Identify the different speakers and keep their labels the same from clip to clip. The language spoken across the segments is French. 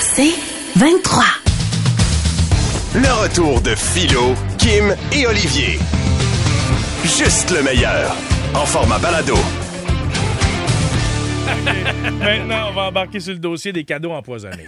Speaker 1: C'est 23.
Speaker 2: Le retour de Philo, Kim et Olivier. Juste le meilleur. En format balado.
Speaker 3: Maintenant, on va embarquer sur le dossier des cadeaux empoisonnés.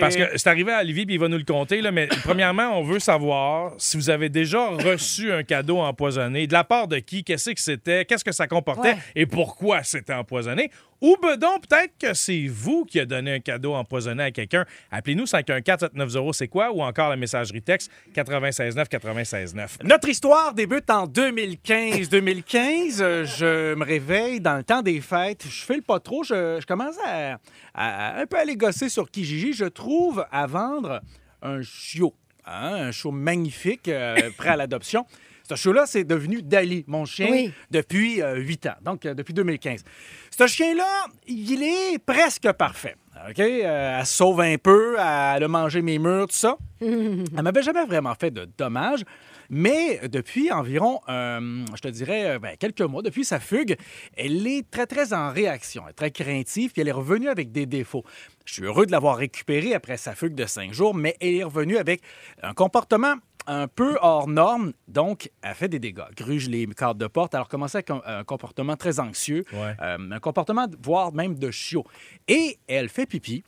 Speaker 3: Parce que c'est arrivé à Olivier, puis il va nous le compter, là, mais premièrement, on veut savoir si vous avez déjà reçu un cadeau empoisonné, de la part de qui, qu'est-ce que c'était, qu'est-ce que ça comportait
Speaker 4: Ouais.
Speaker 3: et pourquoi c'était empoisonné. Ou bedon, peut-être que c'est vous qui a donné un cadeau empoisonné à quelqu'un. Appelez-nous 514-790, c'est quoi? Ou encore la messagerie texte 969 969.
Speaker 5: Notre histoire débute en 2015. 2015, euh, je me réveille dans le temps des fêtes. Je fais le pas trop. Je, je commence à, à- à un peu aller gosser sur Kijiji. Je trouve à vendre un chiot. hein, un chiot magnifique, euh, prêt à l'adoption. Ce chiot-là, c'est devenu Dali, mon chien,
Speaker 4: Oui.
Speaker 5: depuis 8 ans, donc euh, depuis 2015. Ce chien-là, il est presque parfait. OK? Euh, elle se sauve un peu, elle a mangé mes murs, tout ça. Elle m'avait jamais vraiment fait de dommages, mais depuis environ, euh, je te dirais, euh, ben, quelques mois, depuis sa fugue, elle est très, très en réaction, elle est très craintive, puis elle est revenue avec des défauts. Je suis heureux de l'avoir récupérée après sa fugue de cinq jours, mais elle est revenue avec un comportement un peu hors norme, donc elle fait des dégâts. Gruge les cadres de porte, alors commençait avec un, un comportement très anxieux,
Speaker 3: Ouais.
Speaker 5: euh, un comportement, voire même de chiot. Et elle fait pipi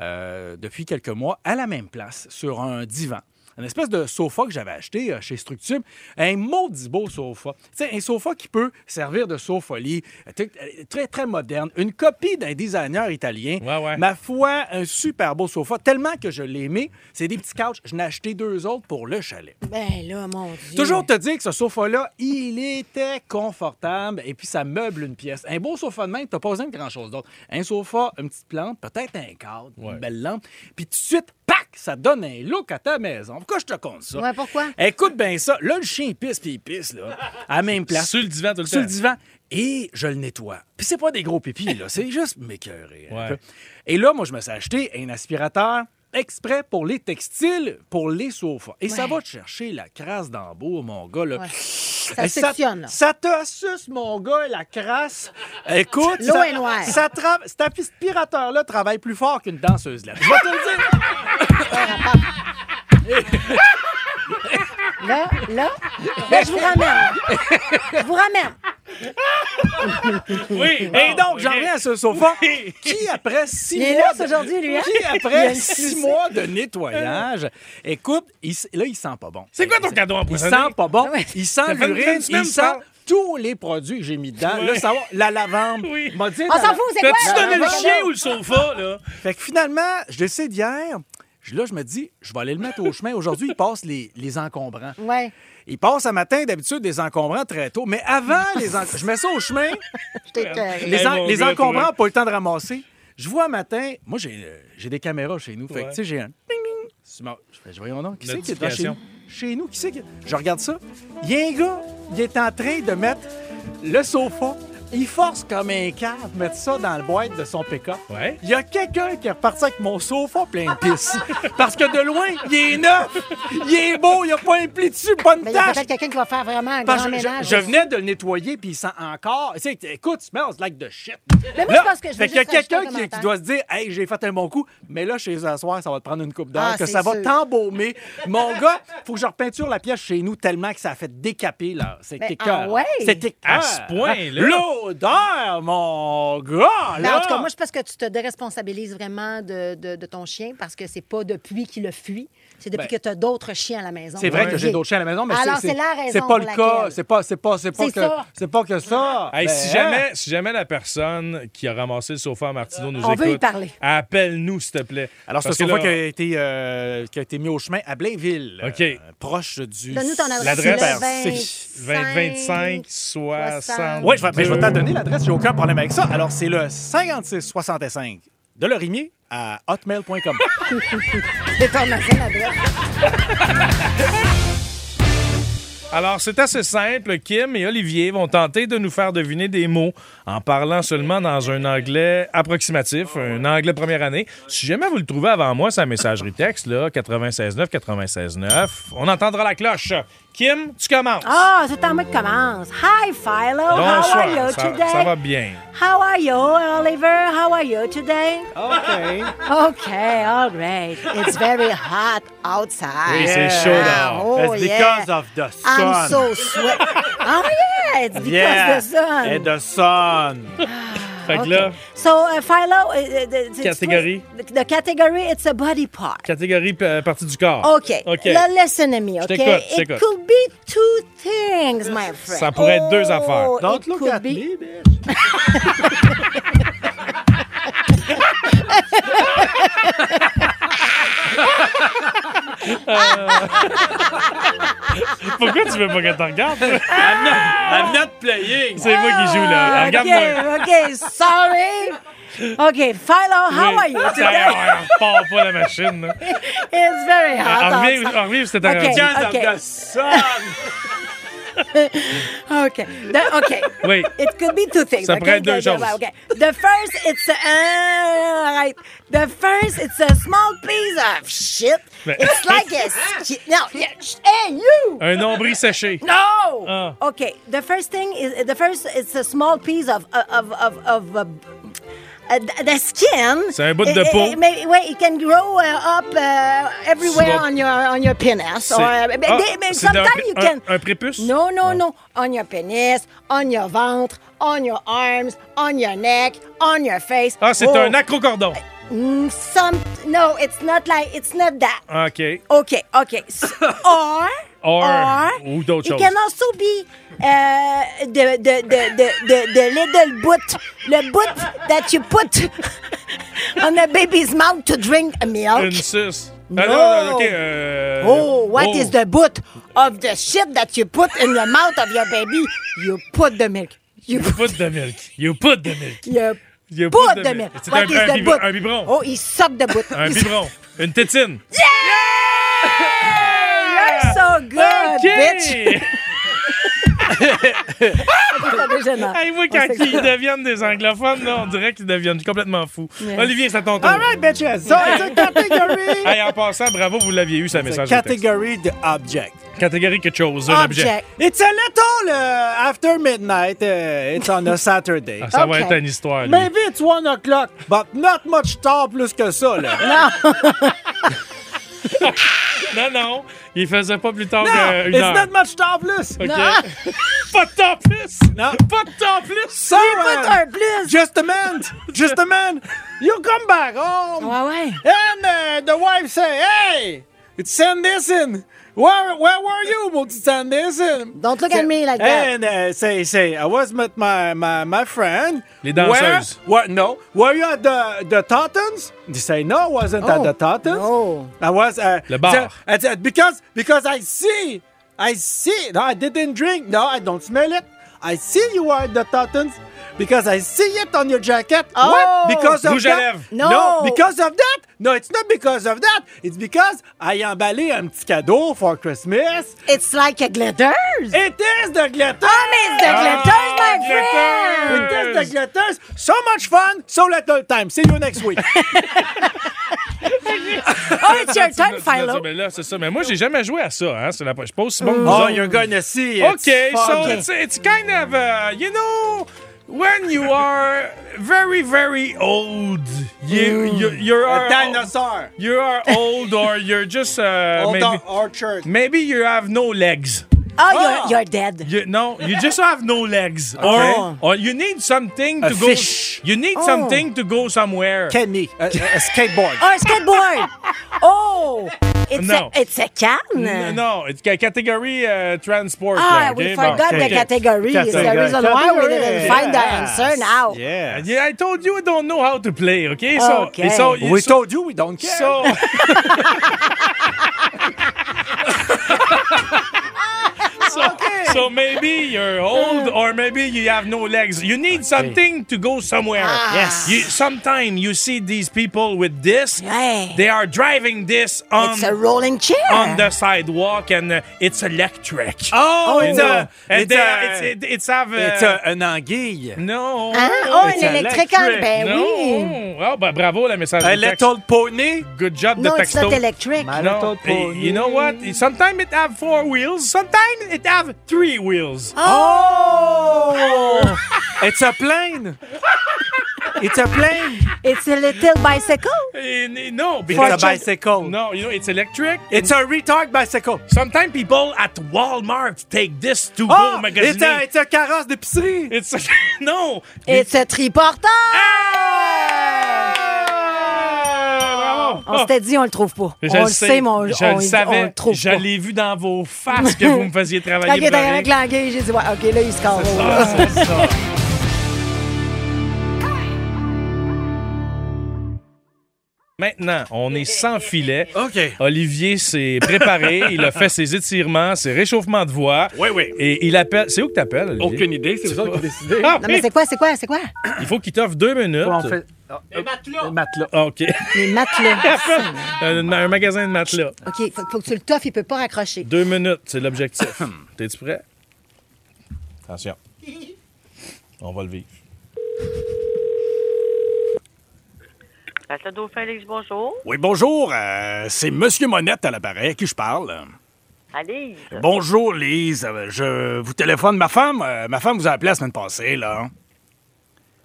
Speaker 5: euh, depuis quelques mois à la même place, sur un divan. Une espèce de sofa que j'avais acheté euh, chez Structube. Un maudit beau sofa. Tu sais, un sofa qui peut servir de sofolie. Euh, tu- euh, Très, très moderne. Une copie d'un designer italien.
Speaker 3: Ouais, ouais.
Speaker 5: Ma foi, un super beau sofa. Tellement que je l'ai aimé. C'est des petits couches. Je n'ai acheté deux autres pour le chalet.
Speaker 4: Ben là, mon Dieu.
Speaker 5: Toujours te dire que ce sofa-là, il était confortable et puis ça meuble une pièce. Un beau sofa de même, t'as pas besoin de grand-chose d'autre. Un sofa, une petite plante, peut-être un cadre,
Speaker 3: Ouais.
Speaker 5: une belle lampe, puis tout de suite, pac, ça donne un look à ta maison. Pourquoi je te compte ça?
Speaker 4: Ouais, pourquoi?
Speaker 5: Écoute bien ça. Là, le chien pisse, puis il pisse, là, à la même place.
Speaker 3: Sur le divan tout le
Speaker 5: Sur
Speaker 3: temps.
Speaker 5: divan. Et je le nettoie. Puis c'est pas des gros pipis, là. C'est juste m'écœurer. un
Speaker 3: Ouais.
Speaker 5: peu. Et là, moi, je me suis acheté un aspirateur exprès pour les textiles, pour les sofas. Et ça
Speaker 4: Ouais.
Speaker 5: va te chercher la crasse d'embourg, mon gars, là.
Speaker 4: Ouais. Ça
Speaker 5: Et
Speaker 4: sectionne, là.
Speaker 5: Ça te suce, mon gars, la crasse. Écoute,
Speaker 4: L'eau
Speaker 5: ça-
Speaker 4: est noire.
Speaker 5: Ça tra- cet aspirateur-là travaille plus fort qu'une danseuse, là. Je vais te le dire.
Speaker 4: Là, là, là, je vous ramène. Je vous ramène.
Speaker 3: Oui!
Speaker 5: Et donc, j'en reviens à ce sofa qui, après six
Speaker 4: Il est
Speaker 5: mois...
Speaker 4: là, ce aujourd'hui, lui, hein?
Speaker 5: Qui,
Speaker 4: Il a
Speaker 5: après
Speaker 4: une
Speaker 5: six
Speaker 4: sucée.
Speaker 5: mois de nettoyage, écoute, il s- là, il sent pas bon.
Speaker 3: C'est quoi ton
Speaker 5: Il-
Speaker 3: cadeau
Speaker 5: Il
Speaker 3: empoisonné?
Speaker 5: sent pas bon,
Speaker 4: Ouais.
Speaker 5: il sent
Speaker 3: Ça fait une fin
Speaker 5: l'urine,
Speaker 3: de semaine,
Speaker 5: il
Speaker 3: ça.
Speaker 5: sent tous les produits que j'ai mis dedans. Là, ça va, la lavande.
Speaker 3: Oui.
Speaker 5: m'a dit
Speaker 4: On
Speaker 5: la-
Speaker 4: s'en fout, c'est quoi?
Speaker 3: T'as-tu donné le
Speaker 4: cadeau?
Speaker 3: chien ou le sofa, là?
Speaker 5: Fait que finalement, je décide hier... je- Là, je me dis, je vais aller le mettre au chemin. Aujourd'hui, il passe les, les encombrants.
Speaker 4: Ouais,
Speaker 5: Il passe à matin, d'habitude, des encombrants très tôt. Mais avant, les en- je mets ça au chemin.
Speaker 4: je t'ai euh, écœuré.
Speaker 5: Euh, Les,
Speaker 3: Hey,
Speaker 5: en-
Speaker 3: mon
Speaker 5: les
Speaker 3: gars,
Speaker 5: encombrants,
Speaker 3: toi.
Speaker 5: pas le temps de ramasser. Je vois un matin, moi j'ai euh, j'ai des caméras chez nous. Fait que
Speaker 3: Ouais.
Speaker 5: tu sais, j'ai un ping ping. Sur mon- Je fais, je voyons donc, qui c'est qui est là chez
Speaker 3: Notification.
Speaker 5: nous? Chez nous, qui c'est qui. Je regarde ça. Il y a un gars, il est en train de mettre le sofa. Il force comme un cave mettre ça dans le boîte de son pick-up.
Speaker 3: Ouais.
Speaker 5: Il y a quelqu'un qui est reparti avec mon sofa plein de pisse. Parce que de loin, il est neuf, il est beau, il n'y a pas un pli dessus, pas une
Speaker 4: Ben, il y a
Speaker 5: tache.
Speaker 4: peut-être quelqu'un qui va faire vraiment un
Speaker 5: Parce
Speaker 4: grand
Speaker 5: que je,
Speaker 4: ménage.
Speaker 5: je venais de le nettoyer, puis il sent encore. Tu sais, écoute, smells like de shit.
Speaker 4: Mais moi,
Speaker 5: Là,
Speaker 4: je pense que je vais
Speaker 5: fait qu'il y a
Speaker 4: juste rajouter
Speaker 5: quelqu'un
Speaker 4: un
Speaker 5: qui, qui
Speaker 4: commentaire.
Speaker 5: doit se dire Hey, j'ai fait un bon coup, mais là, chez eux à soir, ça va te prendre une coupe d'heure,
Speaker 4: Ah,
Speaker 5: que
Speaker 4: c'est
Speaker 5: ça va
Speaker 4: sûr.
Speaker 5: t'embaumer. Mon gars, faut que je repeinture la pièce chez nous tellement que ça a fait décaper, là. C'est
Speaker 4: Ben,
Speaker 5: écœurant.
Speaker 4: ah ouais?
Speaker 5: C'est écœurant.
Speaker 3: À ce point-là?
Speaker 5: L'odeur, mon gars!
Speaker 4: Ben,
Speaker 5: Là.
Speaker 4: en tout cas, moi, je pense que tu te déresponsabilises vraiment de, de- de ton chien parce que c'est pas depuis qu'il le fuit, c'est depuis
Speaker 5: Ben,
Speaker 4: que tu as d'autres chiens à la maison.
Speaker 5: C'est vrai que j'ai
Speaker 4: Ok.
Speaker 5: d'autres chiens à la maison, mais
Speaker 4: Alors,
Speaker 5: c'est
Speaker 4: c'est la raison
Speaker 5: c'est pas le
Speaker 4: pour
Speaker 5: cas.
Speaker 4: laquelle.
Speaker 5: C'est pas, c'est pas, c'est pas
Speaker 4: C'est
Speaker 5: que,
Speaker 4: ça.
Speaker 5: c'est pas que ça.
Speaker 3: Hey,
Speaker 5: Ben,
Speaker 3: si,
Speaker 5: hein?
Speaker 3: jamais, si jamais la personne qui a ramassé le sofa à Martineau nous
Speaker 4: On
Speaker 3: écoute,
Speaker 4: veut y parler.
Speaker 3: appelle-nous, s'il te plaît.
Speaker 5: Alors, c'est
Speaker 3: Parce
Speaker 5: ce sofa
Speaker 3: que
Speaker 5: qui a
Speaker 3: là,
Speaker 5: été, euh, qui a été mis au chemin à Blainville. euh,
Speaker 3: OK.
Speaker 5: proche du.
Speaker 4: Donne-nous ton adresse.
Speaker 3: L'adresse,
Speaker 4: c'est le
Speaker 3: vingt- 25, 60.
Speaker 5: Oui, je vais, ben, je vais t'en donner l'adresse, j'ai aucun problème avec ça. Alors, c'est le 5665 de Lorimier à hotmail.com.
Speaker 4: C'est ton ancienne adresse.
Speaker 3: Alors, c'est assez simple. Kim et Olivier vont tenter de nous faire deviner des mots en parlant seulement dans un anglais approximatif, un anglais première année. Si jamais vous le trouvez avant moi, sa messagerie texte, là, 96 9 96 9, on entendra la cloche. Kim, tu commences.
Speaker 4: Ah, c'est en moi qui commence. Hi, Philo. How
Speaker 3: Bonsoir.
Speaker 4: are you
Speaker 3: ça,
Speaker 4: today?
Speaker 3: ça va bien.
Speaker 4: How are you, Oliver? How are you today?
Speaker 5: OK.
Speaker 4: Okay, all right. It's very hot outside.
Speaker 3: Oui, c'est
Speaker 5: Yeah.
Speaker 3: chaud dehors.
Speaker 4: Oh,
Speaker 5: That's
Speaker 4: yeah.
Speaker 5: because of the sun.
Speaker 4: I'm so sweat. oh, yeah, it's because
Speaker 5: Yeah.
Speaker 4: the sun.
Speaker 5: And the sun.
Speaker 3: Fait que
Speaker 4: Okay.
Speaker 3: là,
Speaker 4: So, uh, Philo, uh, uh, the- the-
Speaker 3: Category.
Speaker 4: The, the category, it's a body part.
Speaker 3: catégorie euh, partie du corps.
Speaker 4: Okay.
Speaker 3: OK.
Speaker 4: Now listen to me, okay?
Speaker 3: t'écoute, je
Speaker 4: it
Speaker 3: t'écoute.
Speaker 4: could be two things, my friend.
Speaker 3: Ça pourrait être deux affaires.
Speaker 4: Oh,
Speaker 5: Don't
Speaker 4: it
Speaker 5: look
Speaker 4: could
Speaker 5: at
Speaker 4: be-
Speaker 5: me, bitch.
Speaker 3: Pourquoi tu veux pas que t'en regardes? Ah,
Speaker 5: I'm not, I'm not playing.
Speaker 3: c'est moi qui joue, là.
Speaker 4: Ah,
Speaker 3: Regarde-moi.
Speaker 4: Okay, okay, sorry. Okay, Philo, how are you
Speaker 3: Ça y est,
Speaker 4: today?
Speaker 3: on repart pas la machine. là.
Speaker 4: It's very hot
Speaker 3: On revient,
Speaker 4: outside.
Speaker 3: on revient, c'était un
Speaker 4: Ah, OK.
Speaker 3: radio.
Speaker 5: Because of the sun.
Speaker 4: Okay. The- okay.
Speaker 3: Oui.
Speaker 4: It could be two things.
Speaker 3: Ça
Speaker 4: okay?
Speaker 3: pourrait être deux
Speaker 4: Okay,
Speaker 3: choses.
Speaker 4: okay. The first, it's a, uh, right. The first, it's a small piece of shit.
Speaker 3: Mais-
Speaker 4: It's like a ski- no. yeah, sh- Hey, you.
Speaker 3: Un nombril séché.
Speaker 4: No.
Speaker 3: Ah.
Speaker 4: Okay. The first thing is the first. It's a small piece of of of of. of uh, the skin.
Speaker 3: C'est un bout de peau.
Speaker 4: mais, ouais, it can grow uh, up uh, everywhere
Speaker 3: Sur-
Speaker 4: on your on your penis. Or,
Speaker 3: C'est-
Speaker 4: mais-
Speaker 3: Ah,
Speaker 4: mais- mais
Speaker 3: c'est d'un
Speaker 4: sometimes you
Speaker 3: pré-
Speaker 4: can.
Speaker 3: un- un prépuce? Ah.
Speaker 4: No, no, no. On your penis, on your ventre, on your arms, on your neck, on your face.
Speaker 3: Ah, c'est
Speaker 4: Oh,
Speaker 3: un acrocordon.
Speaker 4: mm, Some. No, it's not like. It's not that.
Speaker 3: OK.
Speaker 4: Okay, okay. S- or,
Speaker 3: Or, ou d'autres
Speaker 4: it
Speaker 3: choses.
Speaker 4: can also be euh, the, the, the, the, the, the little boot, le boot that you put on a baby's mouth to drink a milk.
Speaker 3: Une suce.
Speaker 4: No.
Speaker 3: Ah, non, non, OK. euh,
Speaker 4: Oh, what
Speaker 3: oh.
Speaker 4: is the boot of the shit that you put in the mouth of your baby? You put the milk. You
Speaker 3: You put the milk. You put the milk.
Speaker 4: You
Speaker 3: You
Speaker 4: put the milk.
Speaker 3: C'est
Speaker 4: What
Speaker 3: un,
Speaker 4: is
Speaker 3: un
Speaker 4: the
Speaker 3: biberon-
Speaker 4: boot?
Speaker 3: un biberon.
Speaker 4: Oh, il suck the boot.
Speaker 3: Un
Speaker 4: He suck-
Speaker 3: biberon. Une tétine.
Speaker 4: You're so good,
Speaker 3: OK.
Speaker 4: bitch. C'est déjeuner.
Speaker 3: Hey, moi, quand ils deviennent des anglophones, là, on dirait qu'ils deviennent complètement fous.
Speaker 4: Yes.
Speaker 3: Olivier, c'est à ton tour.
Speaker 5: All right, bitches. So it's a category.
Speaker 3: Hey, en passant, bravo, vous l'aviez eu, ça
Speaker 5: It's
Speaker 3: message.
Speaker 5: a
Speaker 3: au texte.
Speaker 5: category the object.
Speaker 3: Catégorie quelque chose, un objet.
Speaker 4: Object.
Speaker 5: It's a little uh, after midnight. Uh, it's on a Saturday.
Speaker 3: Ah, ça va
Speaker 4: Ok.
Speaker 3: être une histoire. lui.
Speaker 5: Maybe it's one o'clock, but not much tard plus que ça, là.
Speaker 3: Non, non, il faisait pas plus tard
Speaker 5: Non,
Speaker 3: qu'une
Speaker 5: it's
Speaker 3: heure.
Speaker 5: not much tard plus.
Speaker 3: OK. pas de temps plus!
Speaker 5: Non.
Speaker 3: Pas de temps plus!
Speaker 5: So,
Speaker 4: Put
Speaker 5: uh,
Speaker 4: un plus.
Speaker 5: just a minute, just a minute. You come back home.
Speaker 4: Ouais, Ah ouais.
Speaker 5: And uh, the wife say, hey, it's Sanderson. Where, where were you, mon petit Sanderson?
Speaker 4: Don't look at me like that.
Speaker 5: And uh, say, say, I was with my, my, my friend.
Speaker 3: Les danseuses.
Speaker 5: Where, where, no. Were you at the, the Totten's? They say, no, I wasn't at
Speaker 4: Oh,
Speaker 5: the Totten's.
Speaker 4: no.
Speaker 5: I was at...
Speaker 3: Le bar.
Speaker 5: I said, because, because I see, I see. No, I didn't drink. No, I don't smell it. I see you are at the Totten's. Because I see it on your jacket.
Speaker 4: Oh.
Speaker 5: What? Because of
Speaker 3: Rouge à
Speaker 5: that?
Speaker 3: lèvres.
Speaker 4: No.
Speaker 5: because of that? No, it's not because of that. It's because I emballé un petit cadeau for Christmas.
Speaker 4: It's like a glitters.
Speaker 5: It is the glitter.
Speaker 4: Oh, mais it's the
Speaker 3: Ah,
Speaker 4: glitters, my friend.
Speaker 5: It is the glitters. So much fun, so little time. See you next week.
Speaker 4: Oh, it's your turn,
Speaker 3: Tu l'as dit,
Speaker 4: Philo.
Speaker 3: mais là, c'est ça. Mais moi, j'ai jamais joué à ça. Hein? C'est la... Je suis pas aussi bon que vous
Speaker 5: oh,
Speaker 3: autres.
Speaker 5: you're gonna see. It's
Speaker 3: Okay, so
Speaker 5: fun.
Speaker 3: it's, it's kind of, uh, you know, when you are very, very old, you, you, you are.
Speaker 5: a dinosaur.
Speaker 3: You are old or you're just. Uh,
Speaker 5: Old
Speaker 3: maybe,
Speaker 5: orchard.
Speaker 3: maybe you have no legs.
Speaker 4: Oh, you're, you're dead.
Speaker 3: You, no, you just have no legs. Or,
Speaker 5: Okay.
Speaker 3: or you need something
Speaker 5: A
Speaker 3: to
Speaker 5: fish.
Speaker 3: go. You need something to go somewhere.
Speaker 5: Kenny, a, a- a skateboard.
Speaker 4: Oh, a skateboard. Oh, it's,
Speaker 3: No.
Speaker 4: a, it's a can.
Speaker 3: N- No, it's ca- category uh, transport.
Speaker 4: Ah,
Speaker 3: là,
Speaker 4: we
Speaker 3: okay? Bon,
Speaker 4: forgot the
Speaker 3: okay.
Speaker 4: category. It's the
Speaker 5: Category.
Speaker 4: reason why we didn't
Speaker 5: Category.
Speaker 4: find the
Speaker 5: Yes.
Speaker 4: answer now.
Speaker 5: Yeah.
Speaker 3: Yeah, I told you I don't know how to play, okay? So,
Speaker 4: Okay.
Speaker 3: so,
Speaker 5: We
Speaker 3: so,
Speaker 5: told you we don't care.
Speaker 3: so, so, So maybe you're old or maybe you have no legs. You need something to go somewhere.
Speaker 5: Yes.
Speaker 3: You, sometime you see these people with this.
Speaker 4: Yeah.
Speaker 3: They are driving this on,
Speaker 4: It's a rolling chair.
Speaker 3: Um, on the sidewalk and uh, it's electric.
Speaker 5: Oh,
Speaker 3: and, uh, and
Speaker 5: it's,
Speaker 3: they-
Speaker 5: a-
Speaker 3: it's, it- it's have, uh,
Speaker 5: it's un- un anguille.
Speaker 3: No.
Speaker 4: Hein? Oh,
Speaker 5: It's
Speaker 4: un électrique.
Speaker 5: electric.
Speaker 4: Ben oui.
Speaker 3: no. Oh, ben, bravo, la message.
Speaker 5: Un
Speaker 3: de texte.
Speaker 5: little pony.
Speaker 3: Good job
Speaker 4: Non,
Speaker 3: de
Speaker 4: it's
Speaker 3: texto.
Speaker 4: not electric.
Speaker 5: My-
Speaker 3: No,
Speaker 5: little pony.
Speaker 3: eh, you know what? Sometimes it have four wheels. Sometimes it have three wheels.
Speaker 5: Oh! it's a plane. It's a plane.
Speaker 4: It's a little bicycle.
Speaker 3: Eh, eh, no, because
Speaker 5: It's a bicycle.
Speaker 3: No, you know it's electric.
Speaker 5: It's a retard bicycle.
Speaker 3: Sometimes people at Walmart take this to go
Speaker 5: Oh! It's a,
Speaker 3: magasiner.
Speaker 5: it's a carrosse d'épicerie.
Speaker 3: It's no.
Speaker 4: It's a triporteur.
Speaker 3: Ah! Bravo.
Speaker 4: On s'était dit, on le trouve pas.
Speaker 3: Ah! Oh. Je
Speaker 4: on le sait, mais on,
Speaker 3: je
Speaker 4: on-
Speaker 3: le
Speaker 4: on
Speaker 3: savais.
Speaker 4: le trouve
Speaker 3: je
Speaker 4: pas.
Speaker 3: l'ai vu dans vos faces que vous me faisiez
Speaker 4: Quand il
Speaker 3: travailler.
Speaker 4: était
Speaker 3: pareil.
Speaker 4: avec l'anglais, j'ai dit, ouais, OK, là, il se carreau.
Speaker 3: Ah, c'est ça. Maintenant, on est sans filet.
Speaker 5: OK.
Speaker 3: Olivier s'est préparé, il a fait ses étirements, ses réchauffements de voix.
Speaker 5: Oui, oui.
Speaker 3: Et il appelle. C'est où que t'appelles, Olivier?
Speaker 5: Aucune idée, c'est vous autres qui décidez.
Speaker 3: Ah,
Speaker 4: Non, mais c'est quoi, c'est quoi, c'est quoi?
Speaker 3: Il faut qu'il t'offre deux minutes.
Speaker 5: On fait... Les matelas.
Speaker 3: OK.
Speaker 4: Les matelas.
Speaker 3: un, un magasin de matelas.
Speaker 4: OK, faut, faut que tu le toffes, il peut pas raccrocher.
Speaker 3: Deux minutes, c'est l'objectif. T'es-tu prêt? Attention. On va le vivre.
Speaker 1: Place le Dauphin, Alex, bonjour.
Speaker 5: Oui, bonjour. euh, c'est Monsieur Monette à l'appareil à qui je parle.
Speaker 1: Allez.
Speaker 5: Bonjour, Lise. Euh, Je vous téléphone. Ma femme, euh, ma femme vous a appelé la semaine passée, là.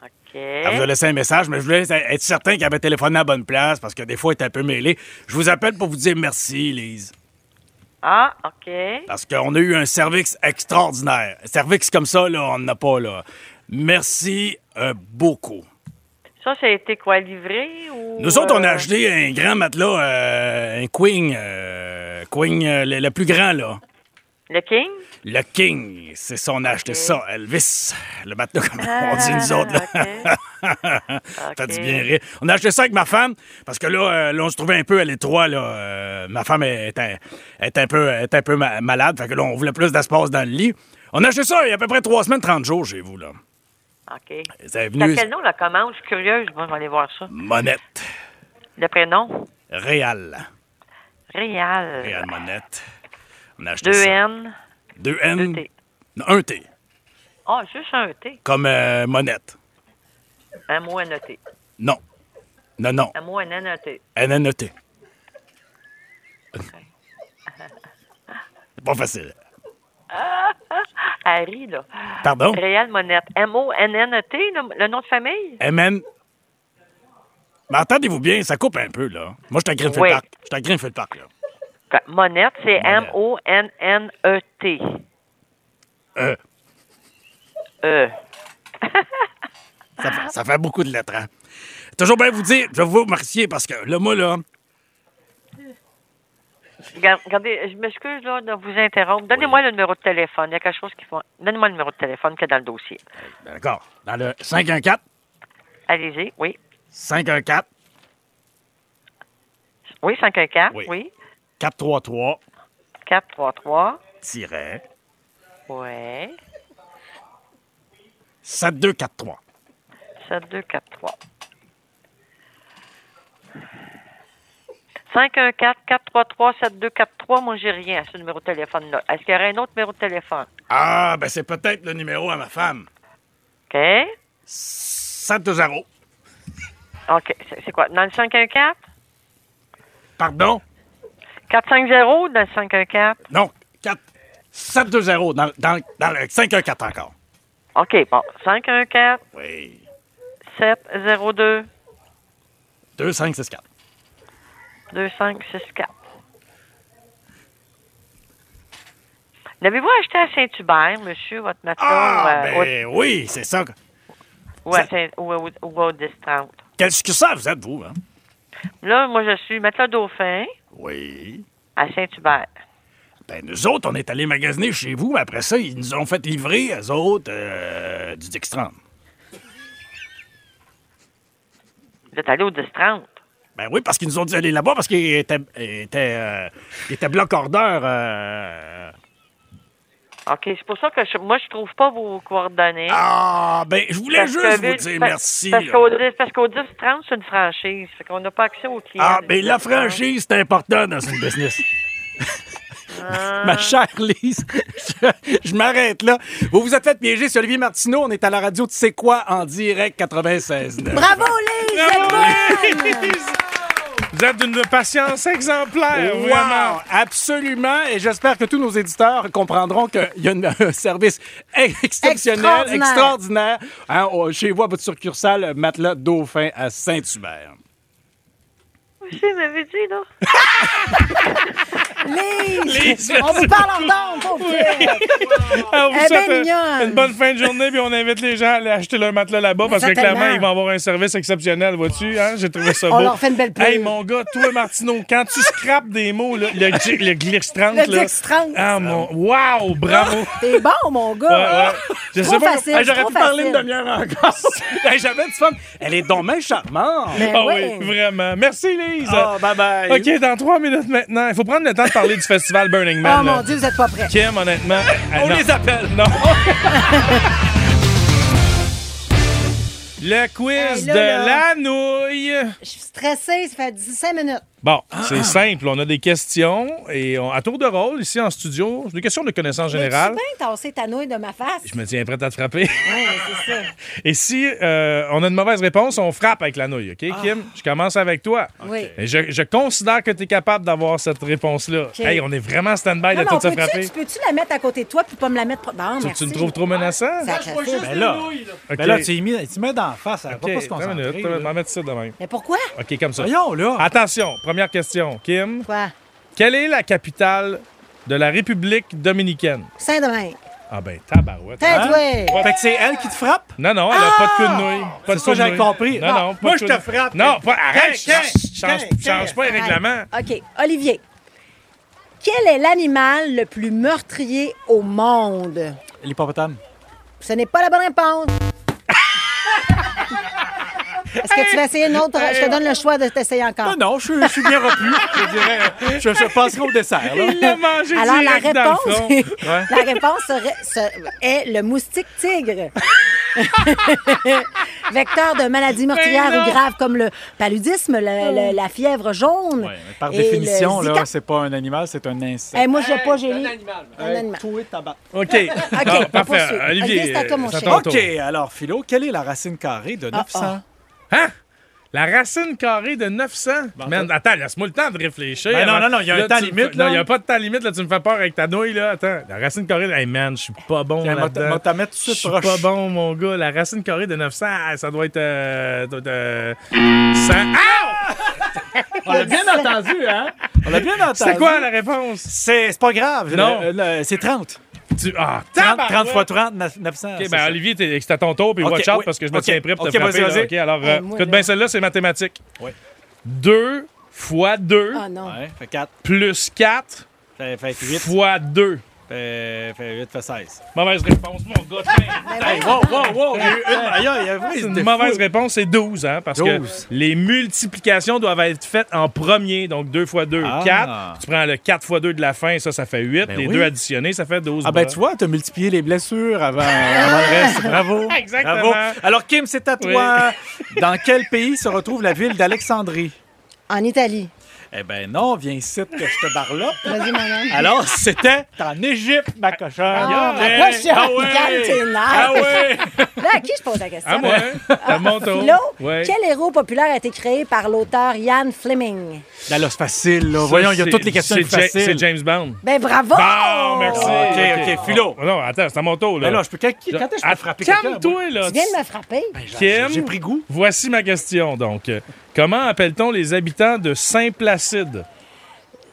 Speaker 1: OK.
Speaker 5: Elle Ah, vous a laissé un message, mais je voulais être certain qu'elle avait téléphoné à la bonne place parce que des fois, elle est un peu mêlée. Je vous appelle pour vous dire merci, Lise.
Speaker 1: Ah, OK.
Speaker 5: Parce qu'on a eu un service extraordinaire. Un service comme ça, là, on n'a pas, là. Merci euh, beaucoup.
Speaker 1: Ça, ça a été quoi, livré ou...
Speaker 5: Nous autres, on a
Speaker 1: euh,
Speaker 5: acheté un grand matelas, euh, un Queen, euh, Queen, euh, le, le plus grand, là.
Speaker 1: Le King?
Speaker 5: Le King, c'est ça, on a acheté ça. Elvis, le matelas, comme on dit nous autres, là. T'as
Speaker 1: Ah, OK.
Speaker 5: du bien rire. On a acheté ça avec ma femme, parce que là, euh, là, on se trouvait un peu à l'étroit, là. Euh, ma femme est un, est un peu, est un peu ma- malade, fait que là, on voulait plus d'espace dans le lit. On a acheté ça il y a à peu près trois semaines, 30 jours chez vous, là.
Speaker 1: OK.
Speaker 5: Vous avez
Speaker 1: T'as
Speaker 5: venu...
Speaker 1: quel nom, la commande? Je suis curieuse. Moi, je vais aller voir ça.
Speaker 5: Monette.
Speaker 1: Le prénom?
Speaker 5: Réal.
Speaker 1: Réal.
Speaker 5: Réal Monette. On a acheté
Speaker 1: Deux
Speaker 5: ça.
Speaker 1: N.
Speaker 5: Deux N.
Speaker 1: Deux T.
Speaker 5: Non, Un T.
Speaker 1: Ah, juste un T.
Speaker 5: Comme euh, Monette.
Speaker 1: Un mot, un T.
Speaker 5: Non. Non, non.
Speaker 1: Un mot, un N, un T.
Speaker 5: Un N, un T. Pas facile.
Speaker 1: Harry, là.
Speaker 5: Pardon?
Speaker 1: Réal Monette. M-O-N-N-E-T, E le, le nom de famille?
Speaker 5: MN. Mais entendez-vous bien, ça coupe un peu, là. Moi, je t'agrippe
Speaker 1: Oui.
Speaker 5: le parc. Je t'agrippe le parc, là.
Speaker 1: Monette, c'est M-O-N-N-E-T.
Speaker 5: Euh,
Speaker 1: E.
Speaker 5: ça, fait, ça fait beaucoup de lettres, hein. Toujours bien vous dire, je vais vous remercier parce que là, moi, là,
Speaker 1: Regarde- Regardez, je m'excuse là, de vous interrompre. Donnez-moi le numéro de téléphone. Il y a quelque chose qui font. Donnez-moi le numéro de téléphone qui est dans le dossier.
Speaker 5: ben, d'accord, dans le 514,
Speaker 1: Allez-y, oui.
Speaker 5: 514,
Speaker 1: Oui, 514,
Speaker 5: Oui.
Speaker 1: oui.
Speaker 5: 433,
Speaker 1: 433,
Speaker 5: tiret,
Speaker 1: oui.
Speaker 5: 7243.
Speaker 1: 7243. 514 433 7243, moi j'ai rien à ce numéro de téléphone-là. Est-ce qu'il y aurait un autre numéro de téléphone?
Speaker 5: Ah, ben c'est peut-être le numéro à ma femme.
Speaker 1: OK.
Speaker 5: 720.
Speaker 1: OK. C'est- C'est quoi? Dans le 514?
Speaker 5: Pardon?
Speaker 1: 450 dans le 514?
Speaker 5: Non, 4... 720 dans, dans, dans le 514 encore.
Speaker 1: OK, bon. 514
Speaker 5: Oui.
Speaker 1: 702.
Speaker 5: 2564.
Speaker 1: 2564. L'avez-vous acheté à Saint-Hubert, monsieur, votre matelas?
Speaker 5: Ah,
Speaker 1: ou, à-
Speaker 5: ben oui, c'est ça.
Speaker 1: ou, à
Speaker 5: ça-
Speaker 1: Saint- ou, à- ou au Distant?
Speaker 5: Qu'est-ce que ça vous êtes, vous? Hein?
Speaker 1: Là, moi, je suis matelas dauphin
Speaker 5: Oui.
Speaker 1: à Saint-Hubert.
Speaker 5: Ben nous autres, on est allés magasiner chez vous, mais après ça, ils nous ont fait livrer, eux autres, euh, du Dextran.
Speaker 1: Vous êtes allé au Distant?
Speaker 5: Ben oui, parce qu'ils nous ont dit d'aller là-bas parce qu'ils étaient, ils étaient, euh, ils étaient bloc-ordeur. euh,
Speaker 1: OK, c'est pour ça que je- moi, je trouve pas vos coordonnées.
Speaker 5: Ah, ben, je voulais
Speaker 1: Eh? Parce que
Speaker 5: juste vous
Speaker 1: vu-
Speaker 5: dire
Speaker 1: parce-
Speaker 5: merci.
Speaker 1: Parce
Speaker 5: là.
Speaker 1: qu'au 10, parce qu'au 10 30, c'est une franchise. Fait qu'on n'a pas accès aux clients.
Speaker 5: Ah, ben, la franchise, c'est important dans une business.
Speaker 1: Ah.
Speaker 5: Ma chère Lise, je, je m'arrête là. Vous vous êtes fait piéger sur Olivier Martineau. On est à la radio de C'est quoi en direct 96.
Speaker 4: Bravo, Lise!
Speaker 3: Bravo,
Speaker 4: c'est bonne!
Speaker 3: Lise! Ah Vous êtes d'une patience exemplaire, vraiment.
Speaker 5: Wow, absolument. Et j'espère que tous nos éditeurs comprendront qu'il y a une- un service exceptionnel,
Speaker 4: Extraordinaire.
Speaker 5: extraordinaire, hein, au- chez vous à votre succursale Matelas Dauphin à Saint-Hubert.
Speaker 1: Monsieur m'avait dit, là.
Speaker 4: Lise!
Speaker 3: Lise,
Speaker 4: On vous parle en don, pauvre fille.
Speaker 3: Ah, on vous
Speaker 4: Elle est bien
Speaker 3: souhaite, euh,
Speaker 4: Eh ben, mignonne.
Speaker 3: une bonne fin de journée, puis on invite les gens à aller acheter leur matelas là-bas parce que
Speaker 4: certainement.
Speaker 3: clairement, ils vont avoir un service exceptionnel, vois-tu? hein? J'ai trouvé ça beau.
Speaker 4: On leur fait une belle pub.
Speaker 3: Hey, mon gars, toi, Martino, quand tu scrapes des mots, là, le, gi- le glirstrante,
Speaker 4: Le
Speaker 3: là,
Speaker 4: glirstrante.
Speaker 3: Ah, mon. Wow, bravo!
Speaker 4: T'es bon, mon
Speaker 3: Ouais, ouais.
Speaker 4: gars! hein?
Speaker 3: Je
Speaker 4: Ah! Trop
Speaker 3: sais pas.
Speaker 4: facile,
Speaker 5: Hey, J'aurais
Speaker 4: trop Eh
Speaker 5: pu parler une
Speaker 4: facile.
Speaker 5: demi-heure encore. Hey, J'avais du fun. Elle est donc bien charmante.
Speaker 4: Mais
Speaker 3: Ah
Speaker 4: ouais.
Speaker 3: oui, vraiment. Merci, Lise.
Speaker 5: Ah, bye-bye.
Speaker 3: OK, dans trois minutes maintenant, il faut prendre le temps de parler du festival Burning Man.
Speaker 4: Oh
Speaker 3: là.
Speaker 4: mon Dieu, vous êtes pas prêts.
Speaker 3: Kim, honnêtement. euh,
Speaker 5: On
Speaker 3: non.
Speaker 5: les appelle.
Speaker 3: Non. Le quiz
Speaker 4: Hey, Eh, là,
Speaker 3: de
Speaker 4: là.
Speaker 3: la nouille.
Speaker 4: Je suis stressée, ça fait 15 minutes.
Speaker 3: Bon,
Speaker 4: Ah.
Speaker 3: c'est simple. On a des questions et on, à tour de rôle, ici en studio, c'est des questions de connaissance générale.
Speaker 4: Mais Tu bien tasser ta nouille de ma face.
Speaker 3: Je me tiens prête à te frapper.
Speaker 4: Ouais, c'est ça.
Speaker 3: Et si euh, on a une mauvaise réponse, on frappe avec la nouille. OK, Kim? Je commence avec toi.
Speaker 4: Ah. Oui.
Speaker 3: Et je, je considère que tu es capable d'avoir cette réponse-là.
Speaker 4: OK.
Speaker 3: Hey, on est vraiment stand-by
Speaker 4: Non,
Speaker 3: de
Speaker 4: mais
Speaker 3: tout
Speaker 4: on
Speaker 3: se
Speaker 4: peut-tu,
Speaker 3: frapper.
Speaker 4: tu peux-tu la mettre à côté de toi puis pas me la mettre. pro- Bon,
Speaker 3: Tu,
Speaker 4: merci.
Speaker 3: tu me trouves trop menaçant?
Speaker 4: Sacré fille.
Speaker 5: Ben là,
Speaker 3: OK.
Speaker 5: ben là, tu y mets, tu y mets dans la face. Elle va
Speaker 3: OK,
Speaker 5: pas se
Speaker 3: attends une
Speaker 5: concentrer.
Speaker 3: minute, Ah. attends,
Speaker 5: là.
Speaker 3: je vais en mettre ça de même.
Speaker 4: Mais pourquoi?
Speaker 3: OK, comme ça.
Speaker 5: Voyons, là.
Speaker 3: Attention, première question, Kim.
Speaker 4: Quoi?
Speaker 3: Quelle est la capitale de la République dominicaine?
Speaker 4: Saint-Domingue.
Speaker 3: Ah ben, tabarouette.
Speaker 4: Tête, ouais.
Speaker 5: Fait que c'est elle qui te frappe?
Speaker 3: Non, non, elle a pas de coup de nouille. Pas de
Speaker 5: ça
Speaker 3: coup de
Speaker 5: j'avais
Speaker 3: nouille.
Speaker 5: compris.
Speaker 3: Non, non, pas
Speaker 5: Moi,
Speaker 3: de
Speaker 5: je
Speaker 3: coup de-
Speaker 5: te frappe.
Speaker 3: Non, pas, arrête,
Speaker 5: Tiens,
Speaker 3: change,
Speaker 5: tiens,
Speaker 3: change,
Speaker 5: tiens.
Speaker 3: change pas les règlements.
Speaker 4: OK. Olivier, quel est l'animal le plus meurtrier au monde?
Speaker 5: L'hippopotame.
Speaker 4: Ce n'est pas la bonne réponse. Est-ce que tu vas essayer une autre? Je te donne le choix de t'essayer encore.
Speaker 5: Non, non, je, suis- je suis bien repu. je dirais, je, je passerai au dessert. Là.
Speaker 3: Il l'a mangé
Speaker 4: Alors, la
Speaker 3: direct
Speaker 4: réponse,
Speaker 3: dans le front. Ouais.
Speaker 4: la réponse serait- se- est le moustique tigre. Vecteur de maladies meurtrières
Speaker 3: Ben non. Oh.
Speaker 4: ou graves comme le paludisme, le- le- la fièvre jaune.
Speaker 5: Ouais, mais par
Speaker 4: et
Speaker 5: définition,
Speaker 4: le Zika.
Speaker 5: là, c'est pas un animal, c'est un insecte.
Speaker 4: Eh, moi, je l'ai pas, j'ai lu. Un animal.
Speaker 5: Tout est tabac.
Speaker 3: OK.
Speaker 4: on
Speaker 3: Ah, parfait.
Speaker 4: poursuit.
Speaker 3: Olivier,
Speaker 4: Olivier, c'est à toi, mon
Speaker 3: c'est à
Speaker 4: cher.
Speaker 3: ton
Speaker 5: OK,
Speaker 3: tour.
Speaker 5: alors, Philo, quelle est la racine carrée de 900?
Speaker 3: Hein? La racine carrée de 900? Man, attends, laisse-moi le temps de réfléchir.
Speaker 5: Ben non,
Speaker 3: avant-
Speaker 5: non, non, il y a un
Speaker 3: Là,
Speaker 5: temps
Speaker 3: tu-
Speaker 5: limite,
Speaker 3: Non,
Speaker 5: là.
Speaker 3: il n'y a pas de temps limite. Là, tu me fais peur avec ta nouille. Là. Attends, la racine carrée... de- Hey, man, je suis pas bon
Speaker 5: Tiens, m'a-
Speaker 3: là-dedans.
Speaker 5: m'a- t'as mettre tout
Speaker 3: Je
Speaker 5: de suite
Speaker 3: suis
Speaker 5: proche.
Speaker 3: pas bon, mon gars. La racine carrée de 900, ah, ça doit être... Euh, doit être, euh, 100. Ah!
Speaker 5: On l'a bien entendu, hein? On l'a bien entendu.
Speaker 3: C'est quoi la réponse?
Speaker 5: C'est c'est pas grave.
Speaker 3: Non.
Speaker 5: le- le- c'est 30.
Speaker 3: Tu... Ah,
Speaker 5: 30,
Speaker 3: tabarouette!
Speaker 5: 30 fois 30, 900.
Speaker 3: OK,
Speaker 5: c'est
Speaker 3: ben
Speaker 5: ça.
Speaker 3: Olivier, t'es- c'est à ton tour, puis
Speaker 5: OK,
Speaker 3: watch out,
Speaker 5: oui.
Speaker 3: parce que je me
Speaker 5: OK,
Speaker 3: tiens prêt pour
Speaker 5: OK,
Speaker 3: te frapper.
Speaker 5: vas-y,
Speaker 3: là.
Speaker 5: vas-y.
Speaker 3: OK, alors,
Speaker 4: Hey,
Speaker 3: euh,
Speaker 4: moi,
Speaker 3: écoute
Speaker 4: là.
Speaker 3: bien celle-là, c'est mathématique.
Speaker 5: Oui.
Speaker 3: 2 fois 2
Speaker 4: Ah non.
Speaker 5: Ouais, fait 4,
Speaker 3: plus 4
Speaker 5: fait, fait 8,
Speaker 3: fois 2.
Speaker 5: fait, fait 8, fait 16.
Speaker 3: Mauvaise réponse, mon gars.
Speaker 4: Ben,
Speaker 5: Hey,
Speaker 4: voyons
Speaker 5: wow,
Speaker 4: donc.
Speaker 5: wow, wow! Il y a eu une. Aïe, aïe, aïe, il
Speaker 3: C'est
Speaker 5: se
Speaker 3: Une
Speaker 5: défoule.
Speaker 3: mauvaise réponse, c'est 12, hein, parce
Speaker 5: Douze.
Speaker 3: que les multiplications doivent être faites en premier. Donc 2 fois 2,
Speaker 5: Ah.
Speaker 3: 4. Tu prends le 4 fois 2 de la fin, ça, ça fait 8.
Speaker 5: Ben
Speaker 3: les
Speaker 5: oui.
Speaker 3: deux additionnés, ça fait 12.
Speaker 5: Ah ben tu vois, t'as multiplié les blessures avant, avant le reste. Bravo.
Speaker 3: Exactement.
Speaker 5: Bravo. Alors Kim, c'est à toi. Dans quel pays se retrouve la ville d'Alexandrie?
Speaker 4: En Italie.
Speaker 5: Eh ben non, viens ici que je te barre là.
Speaker 4: Vas-y, madame.
Speaker 5: Alors, c'était en Égypte, ma cochonne.
Speaker 4: Ah,
Speaker 5: Eh,
Speaker 4: ma cochonne,
Speaker 5: ah ouais.
Speaker 4: calme tes nerfs.
Speaker 5: Ah ouais.
Speaker 4: Là, à qui je pose la question?
Speaker 3: À moi, à Ah, mon tour.
Speaker 4: Philo,
Speaker 3: Ouais.
Speaker 4: quel héros populaire a été créé par l'auteur Ian Fleming?
Speaker 5: Ben Là, là, c'est facile, là.
Speaker 3: Ça,
Speaker 5: Voyons, il y a
Speaker 3: c'est-
Speaker 5: toutes les questions
Speaker 3: c'est Ja-
Speaker 5: faciles. Ah,
Speaker 3: C'est James Bond.
Speaker 4: Ben bravo!
Speaker 3: Bon, merci.
Speaker 5: OK, OK, Philo.
Speaker 3: Oh, non, attends, c'est à mon tour. Là.
Speaker 5: Ben là, je peux... Quand, quand est-ce que je peux
Speaker 3: Ah,
Speaker 5: frapper quelqu'un? moi?
Speaker 3: Calme-toi, là.
Speaker 4: Oh, Tu viens de me frapper?
Speaker 3: Ben,
Speaker 5: J'ai
Speaker 3: Kim.
Speaker 5: j'ai pris goût.
Speaker 3: Voici ma question, donc. Comment appelle-t-on les habitants de Saint-Placide?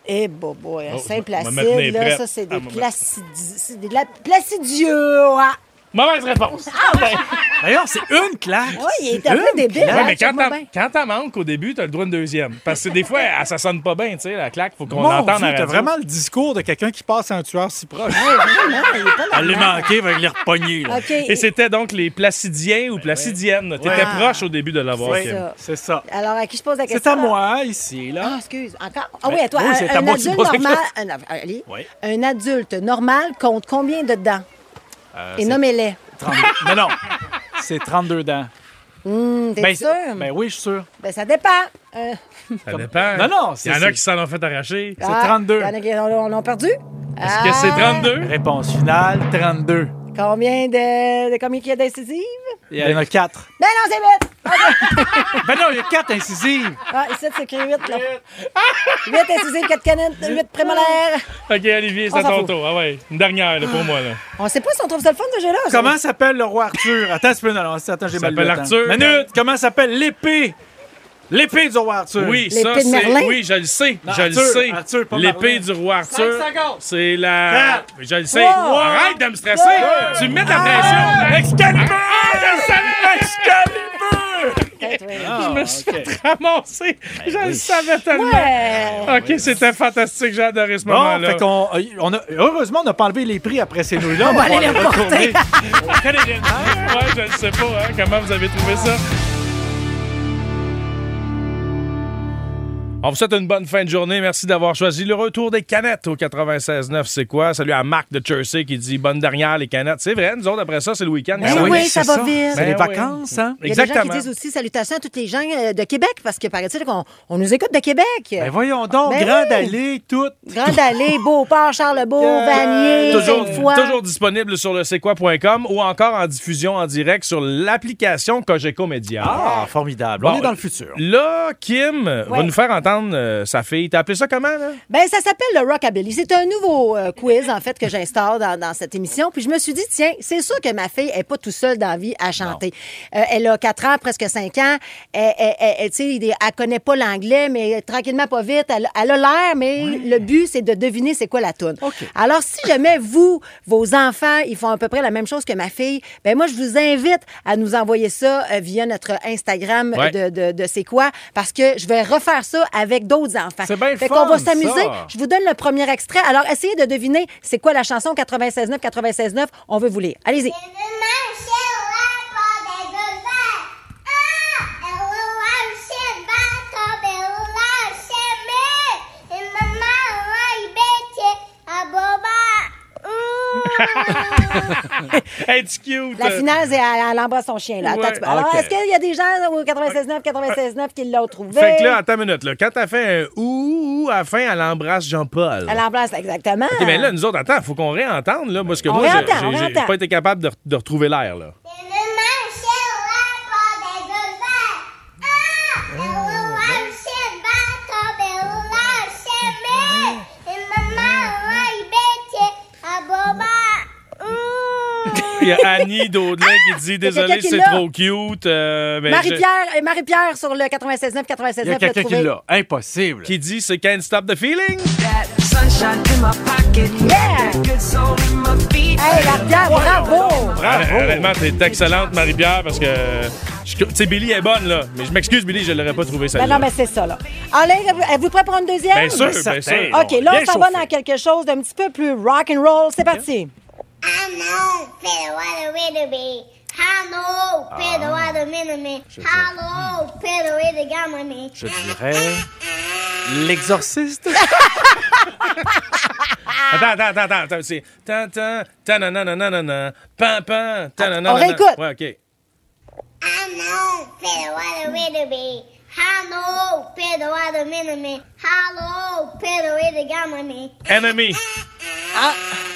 Speaker 4: Eh, bobo,
Speaker 3: Oh,
Speaker 4: saint
Speaker 3: je vais me tenir prête.
Speaker 4: placide là, ça, c'est
Speaker 3: Ah,
Speaker 4: des
Speaker 3: moi,
Speaker 4: placidis- c'est des la- placidieux. ah.
Speaker 3: Mauvaise réponse.
Speaker 5: D'ailleurs, c'est une claque.
Speaker 4: Oui, il est un peu
Speaker 5: Une
Speaker 4: débile.
Speaker 3: Ouais,
Speaker 4: hein,
Speaker 3: mais quand
Speaker 4: check-moi
Speaker 3: t'en-
Speaker 4: bien.
Speaker 3: quand t'en manques au début, t'as le droit de deuxième. Parce que des fois, elle- ça sonne pas bien, tu sais, la claque, faut qu'on
Speaker 5: Mon
Speaker 3: l'entende
Speaker 5: Dieu,
Speaker 3: à la
Speaker 5: t'as
Speaker 3: radio.
Speaker 5: vraiment le discours de quelqu'un qui passe un tueur si proche.
Speaker 6: Elle l'a manqué, va les repogner. là.
Speaker 4: OK.
Speaker 3: Et c'était donc les placidiens
Speaker 5: Ben
Speaker 3: ou placidiennes. T'étais
Speaker 4: Ouais.
Speaker 3: proche au début de l'avoir,
Speaker 4: C'est
Speaker 3: Kim.
Speaker 4: ça.
Speaker 5: C'est ça.
Speaker 4: Alors, à qui je pose la question?
Speaker 5: C'est à moi, ici,
Speaker 4: Ah,
Speaker 5: là.
Speaker 4: excuse. Encore? Ah oui, à toi.
Speaker 5: oui,
Speaker 4: un,
Speaker 5: c'est à
Speaker 4: un
Speaker 5: moi,
Speaker 4: adulte
Speaker 5: c'est pour ça que-
Speaker 4: normal. Un, allez.
Speaker 5: Oui.
Speaker 4: un adulte normal compte combien de dents? Et nommez-les.
Speaker 5: 32. Mais non, c'est 32 dents.
Speaker 4: Hum, T'es
Speaker 5: Ben,
Speaker 4: sûr?
Speaker 5: c'est- ben oui, je suis sûr.
Speaker 4: Ben, ça dépend. Euh,
Speaker 3: Ça dépend.
Speaker 5: Non, non, c'est-
Speaker 3: Il y en a
Speaker 5: c'est-
Speaker 3: qui s'en ont fait arracher.
Speaker 5: C'est
Speaker 4: ah,
Speaker 5: 32.
Speaker 4: Il y en a qui l'ont l'ont perdu. Ah,
Speaker 3: Est-ce que c'est 32?
Speaker 5: Réponse finale, 32.
Speaker 4: Combien de, de combien qu'il y a d'incisives?
Speaker 5: Il y en a 4.
Speaker 4: Ben non, c'est vite!
Speaker 5: Ben non, il y a 4 incisives.
Speaker 4: Ah, ici, c'est écrit 8, là. 8 incisives, 4 canettes, 8 prémolaires.
Speaker 3: OK, Olivier, c'est
Speaker 4: On
Speaker 3: à
Speaker 4: s'en
Speaker 3: ton
Speaker 4: fout.
Speaker 3: tour. Ah ouais, une dernière là, pour moi. Là.
Speaker 4: On sait pas si on trouve ça le fun, ce jeu-là.
Speaker 5: Comment s'appelle le roi Arthur? Attends, un petit peu, non, non, attends, j'ai
Speaker 3: Ça
Speaker 5: mal
Speaker 3: s'appelle
Speaker 5: le temps.
Speaker 3: Arthur.
Speaker 5: Minute, comment s'appelle l'épée? L'épée du roi Arthur.
Speaker 3: Oui,
Speaker 4: L'épée
Speaker 3: ça,
Speaker 4: de
Speaker 3: c'est...
Speaker 4: Merlin?
Speaker 3: Oui, je le sais.
Speaker 5: Non,
Speaker 3: je le
Speaker 5: Arthur,
Speaker 3: sais.
Speaker 5: Arthur, pas
Speaker 3: L'épée
Speaker 5: Merlin.
Speaker 3: du roi Arthur.
Speaker 5: Cinq secondes.
Speaker 3: C'est la...
Speaker 5: Quatre.
Speaker 3: Je le sais.
Speaker 4: Trois.
Speaker 3: Arrête de me stresser.
Speaker 4: Deux.
Speaker 3: Tu me mets de la
Speaker 5: Ah!
Speaker 3: pression. Excalibur! Excalibur!
Speaker 5: Ah,
Speaker 3: Je me suis
Speaker 5: ok. Ben
Speaker 3: fait ramasser. Je le savais tellement.
Speaker 4: Ouais.
Speaker 3: OK, c'était fantastique. J'ai adoré ce
Speaker 5: Bon,
Speaker 3: moment-là.
Speaker 5: fait qu'on, euh, on a- heureusement, on n'a pas enlevé les prix après ces nouilles-là.
Speaker 4: On va aller les
Speaker 5: retourner.
Speaker 3: Ouais, je ne sais pas hein, comment vous avez trouvé ça. On vous souhaite une bonne fin de journée. Merci d'avoir choisi le retour des canettes au 96.9. C'est quoi? Salut à Marc de Jersey qui dit bonne dernière, les canettes. C'est vrai, nous autres, après ça, c'est le week-end.
Speaker 4: Ben
Speaker 3: Ça-
Speaker 4: oui, ça
Speaker 5: c'est
Speaker 4: va vite.
Speaker 5: C'est les
Speaker 3: Ben oui.
Speaker 5: vacances, hein?
Speaker 4: Il y a des gens qui
Speaker 3: Exactement.
Speaker 4: disent aussi salutations à toutes les gens euh, de Québec, parce que paraît-il qu'on on nous écoute de Québec.
Speaker 5: Ben voyons donc,
Speaker 4: Ben
Speaker 5: grande
Speaker 4: oui.
Speaker 5: allée, toute.
Speaker 4: Grande Allée, Beauport, Charlebourg, Vanier,
Speaker 3: Toujours,
Speaker 4: Sainte-Foy.
Speaker 3: toujours disponible sur le c'est quoi.com ou encore en diffusion en direct sur l'application Cogeco Média.
Speaker 5: Ah, formidable.
Speaker 3: Bon,
Speaker 5: on est dans le futur.
Speaker 3: Là, Kim va nous faire entendre euh, sa fille. T'as appelé ça comment, là?
Speaker 4: Ben, ça s'appelle le Rockabilly. C'est un nouveau euh, quiz, en fait, que j'instaure dans, dans cette émission. Puis je me suis dit, tiens, c'est sûr que ma fille est pas tout seule dans la vie à chanter. Euh, elle a 4 ans, presque 5 ans. Elle, elle, elle- elle, tu sais, elle connaît pas l'anglais, mais tranquillement, pas vite. Elle, elle a l'air, mais le but, c'est de deviner c'est quoi la toune. Alors, si jamais vous, vos enfants, ils font à peu près la même chose que ma fille, ben moi, je vous invite à nous envoyer ça euh, via notre Instagram
Speaker 3: Ouais.
Speaker 4: de, de, de C'est quoi, parce que je vais refaire ça avec d'autres enfants.
Speaker 5: C'est bien le
Speaker 4: Fait
Speaker 5: fun,
Speaker 4: qu'on va
Speaker 5: ça.
Speaker 4: s'amuser. Je vous donne le premier extrait. Alors, essayez de deviner c'est quoi la chanson 96.9, 96.9. On veut vous lire. Allez-y.
Speaker 7: Ah,
Speaker 3: Hey, tu cute!
Speaker 4: Ah! La finale, c'est elle, elle embrasse son chien. Là. Attends,
Speaker 3: Ouais.
Speaker 4: tu peux- Alors,
Speaker 5: Euh, Ok.
Speaker 4: est-ce qu'il y a des gens au 96.9, 96.9 qui l'ont trouvé?
Speaker 3: Fait que là, attends une minute. Là. Quand t'as fait un ou, ou à la fin, elle embrasse Jean-Paul.
Speaker 4: Elle embrasse, exactement.
Speaker 3: OK,
Speaker 5: ben
Speaker 3: mais là, nous autres, attends, faut qu'on réentende, là, parce que
Speaker 4: On
Speaker 3: moi, j'ai-
Speaker 4: réentend, on
Speaker 3: j'ai- j'ai
Speaker 4: réentend.
Speaker 3: pas été capable de, de retrouver l'air, là.
Speaker 7: Ah, Uh.
Speaker 3: Il y a Annie Daudelin qui dit « Désolé,
Speaker 4: quelqu'un qui
Speaker 3: c'est
Speaker 4: l'a.
Speaker 3: trop cute euh, mais je-
Speaker 4: Marie-Pierre, euh, Marie-Pierre sur le 96.9,
Speaker 5: Il y a
Speaker 4: 96.9 l'a
Speaker 5: quelqu'un
Speaker 4: trouvé.
Speaker 5: qui l'a. Impossible.
Speaker 3: Qui dit « C'est Can't Stop the Feeling
Speaker 4: Hey, Marie-Pierre, bravo! ».
Speaker 3: Honnêtement, t'es excellente, Marie-Pierre, parce que... je- Tu sais, Billy est bonne, là. Mais je m'excuse, Billy, je l'aurais pas trouvé,
Speaker 4: Ben
Speaker 3: celle-là.
Speaker 4: non, mais c'est ça, là. Allez, êtes-vous- êtes-vous prêts pour une deuxième?
Speaker 3: Bien sûr, bien
Speaker 5: certain.
Speaker 3: sûr.
Speaker 4: OK, là,
Speaker 5: Bien
Speaker 4: on s'en va
Speaker 5: chauffé.
Speaker 4: dans quelque chose d'un petit peu plus rock and roll. C'est parti.
Speaker 7: I know Peter what a way to be. I know Peter what a minute me. I know Peter way to gamma me.
Speaker 5: Je dirais... L'exorciste.
Speaker 3: Attends, attends, attends, attends, attends, c'est... Tan, tan, tananananana, pan, pan, tanananana.
Speaker 4: on réécoute.
Speaker 3: Ouais, OK.
Speaker 7: I know Peter what a way to be. I know Peter what a minute me. I know Peter way to gamma me.
Speaker 3: Enemy.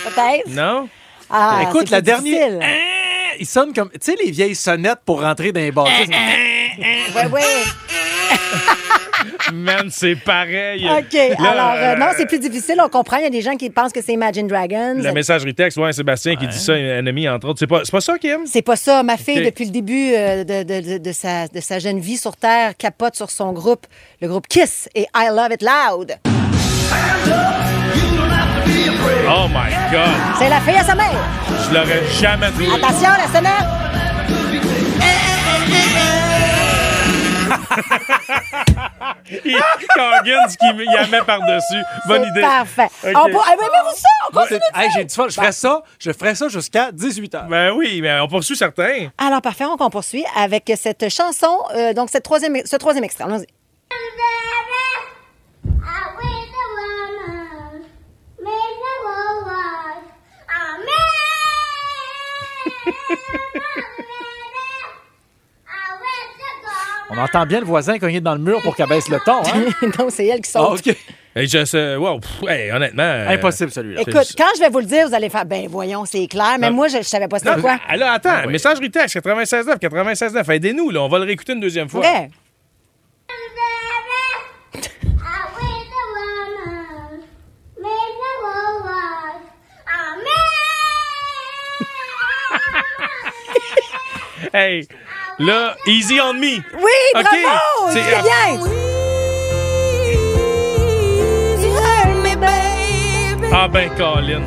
Speaker 4: Peut-être.
Speaker 3: Non?
Speaker 4: Ah,
Speaker 5: Écoute,
Speaker 4: c'est
Speaker 5: la
Speaker 4: plus
Speaker 5: dernière.
Speaker 4: difficile.
Speaker 5: Hein, Il sonne comme. Tu sais, les vieilles sonnettes pour rentrer dans les bâtisses.
Speaker 4: Hein? Ouais, ouais.
Speaker 3: Man, c'est pareil.
Speaker 4: OK.
Speaker 3: Là,
Speaker 4: Alors, euh,
Speaker 3: euh,
Speaker 4: non, c'est plus difficile. On comprend. Il y a des gens qui pensent que c'est Imagine Dragons.
Speaker 3: La messagerie texte, ouais, Sébastien qui dit ça, ennemi, entre autres. C'est pas, c'est pas ça, Kim?
Speaker 4: C'est pas ça. Ma fille,
Speaker 3: OK.
Speaker 4: depuis le début euh, de, de- de- de sa, de sa jeune vie sur Terre, capote sur son groupe, le groupe Kiss et I Love It Loud.
Speaker 3: Oh my God!
Speaker 4: C'est la fille à sa mère.
Speaker 3: Je l'aurais jamais dit.
Speaker 4: Attention, la sonnette.
Speaker 3: Coggins qui me- y la met par-dessus. Bonne
Speaker 4: C'est
Speaker 3: idée.
Speaker 4: Parfait.
Speaker 3: Ok.
Speaker 4: On peut- eh, mais aimez-vous ça? On continue de
Speaker 5: Hey,
Speaker 4: faire.
Speaker 5: j'ai du fun. Je ferais ça, je ferais ça jusqu'à 18 h.
Speaker 3: Ben oui, mais on poursuit certains.
Speaker 4: Alors, parfait, on on poursuit avec cette chanson, euh, donc cette troisième, ce troisième extrait. Allons-y.
Speaker 5: On entend bien le voisin cogner dans le mur pour qu'elle baisse le ton. Hein?
Speaker 4: non, c'est elle qui
Speaker 5: Ah,
Speaker 4: saute.
Speaker 5: OK.
Speaker 3: Et je sais, wow, pff, hey, honnêtement. euh,
Speaker 5: Impossible, celui-là.
Speaker 4: Écoute, quand je vais vous le dire, vous allez faire, ben voyons, c'est clair. Mais
Speaker 3: Non.
Speaker 4: moi, je, je savais pas
Speaker 3: Non,
Speaker 4: c'était quoi.
Speaker 3: ah, là, attends,
Speaker 5: oui.
Speaker 3: messagerie texte 96.9, 96.9, aidez-nous, là, on va le réécouter une deuxième fois.
Speaker 4: Vrai.
Speaker 3: Hey, là, easy on me.
Speaker 4: Oui,
Speaker 3: OK.
Speaker 4: bravo!
Speaker 3: C'est-
Speaker 4: C'est bien!
Speaker 3: Ah ben, Colin.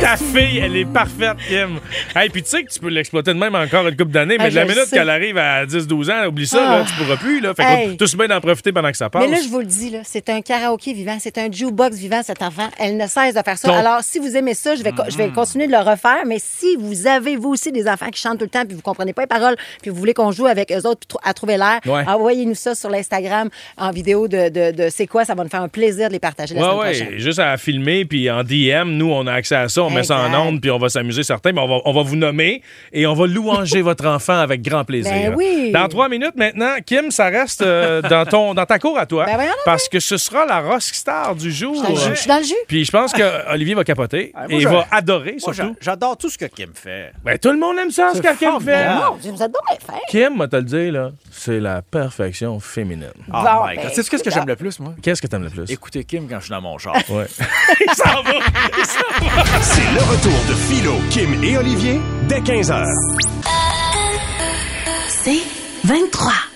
Speaker 3: Ta fille, elle est parfaite, Kim. Hey, puis tu sais que tu peux l'exploiter de même encore une couple d'années, mais
Speaker 4: Ah,
Speaker 3: de la
Speaker 4: je
Speaker 3: minute
Speaker 4: sais.
Speaker 3: qu'elle arrive à 10-12 ans, oublie ça,
Speaker 4: Ah.
Speaker 3: là, tu pourras plus. Là, fait
Speaker 4: Hey.
Speaker 3: que tout bien d'en profiter pendant que ça passe.
Speaker 4: Mais là, je vous le dis, là, c'est un karaoké vivant, c'est un jukebox vivant, cet enfant. Elle ne cesse de faire ça.
Speaker 3: Donc- Mm.
Speaker 4: Alors, si vous aimez ça, je vais, co- je vais continuer de le refaire. Mais si vous avez, vous aussi, des enfants qui chantent tout le temps, puis vous comprenez pas les paroles, puis vous voulez qu'on joue avec eux autres puis tr- à trouver l'air,
Speaker 3: Ouais.
Speaker 4: envoyez-nous ça sur l'Instagram en vidéo de, de- de C'est quoi? Ça va nous faire un plaisir de les partager la
Speaker 3: Ouais,
Speaker 4: semaine
Speaker 3: ouais,
Speaker 4: prochaine.
Speaker 3: juste à filmer, puis en DM, nous, on a accès à ça, on met ça en
Speaker 4: Exact.
Speaker 3: onde, puis on va s'amuser certains, mais on va, on va vous nommer et on va louanger votre enfant avec grand plaisir.
Speaker 4: Ben oui.
Speaker 3: Dans trois minutes maintenant, Kim, ça reste euh, dans, ton, dans ta cour à toi,
Speaker 4: Ben voyons donc,
Speaker 3: parce que ce sera la rockstar du jour.
Speaker 4: Je suis dans le jus, je suis dans le jus.
Speaker 3: Puis je pense que Olivier va capoter
Speaker 5: Ah, moi,
Speaker 3: et il
Speaker 5: je-
Speaker 3: va adorer,
Speaker 5: Moi, j'a-
Speaker 3: surtout.
Speaker 5: j'adore tout ce que Kim fait.
Speaker 3: Ben, tout le monde aime ça, ce que Kim fait.
Speaker 5: formidable.
Speaker 4: Non, vous êtes donc bien faits.
Speaker 3: Kim, va te le dire, là, c'est la perfection féminine. Ah,
Speaker 5: Oh
Speaker 4: Bon,
Speaker 5: my
Speaker 4: ben,
Speaker 5: God. Tu sais ce que
Speaker 4: écoute,
Speaker 5: j'aime le plus, moi?
Speaker 3: Qu'est-ce que t'aimes le plus?
Speaker 5: Écouter Kim quand je suis dans mon char.
Speaker 3: Ouais. il s'en va!
Speaker 2: C'est le retour de Philo, Kim et Olivier dès 15h.
Speaker 8: C'est 23.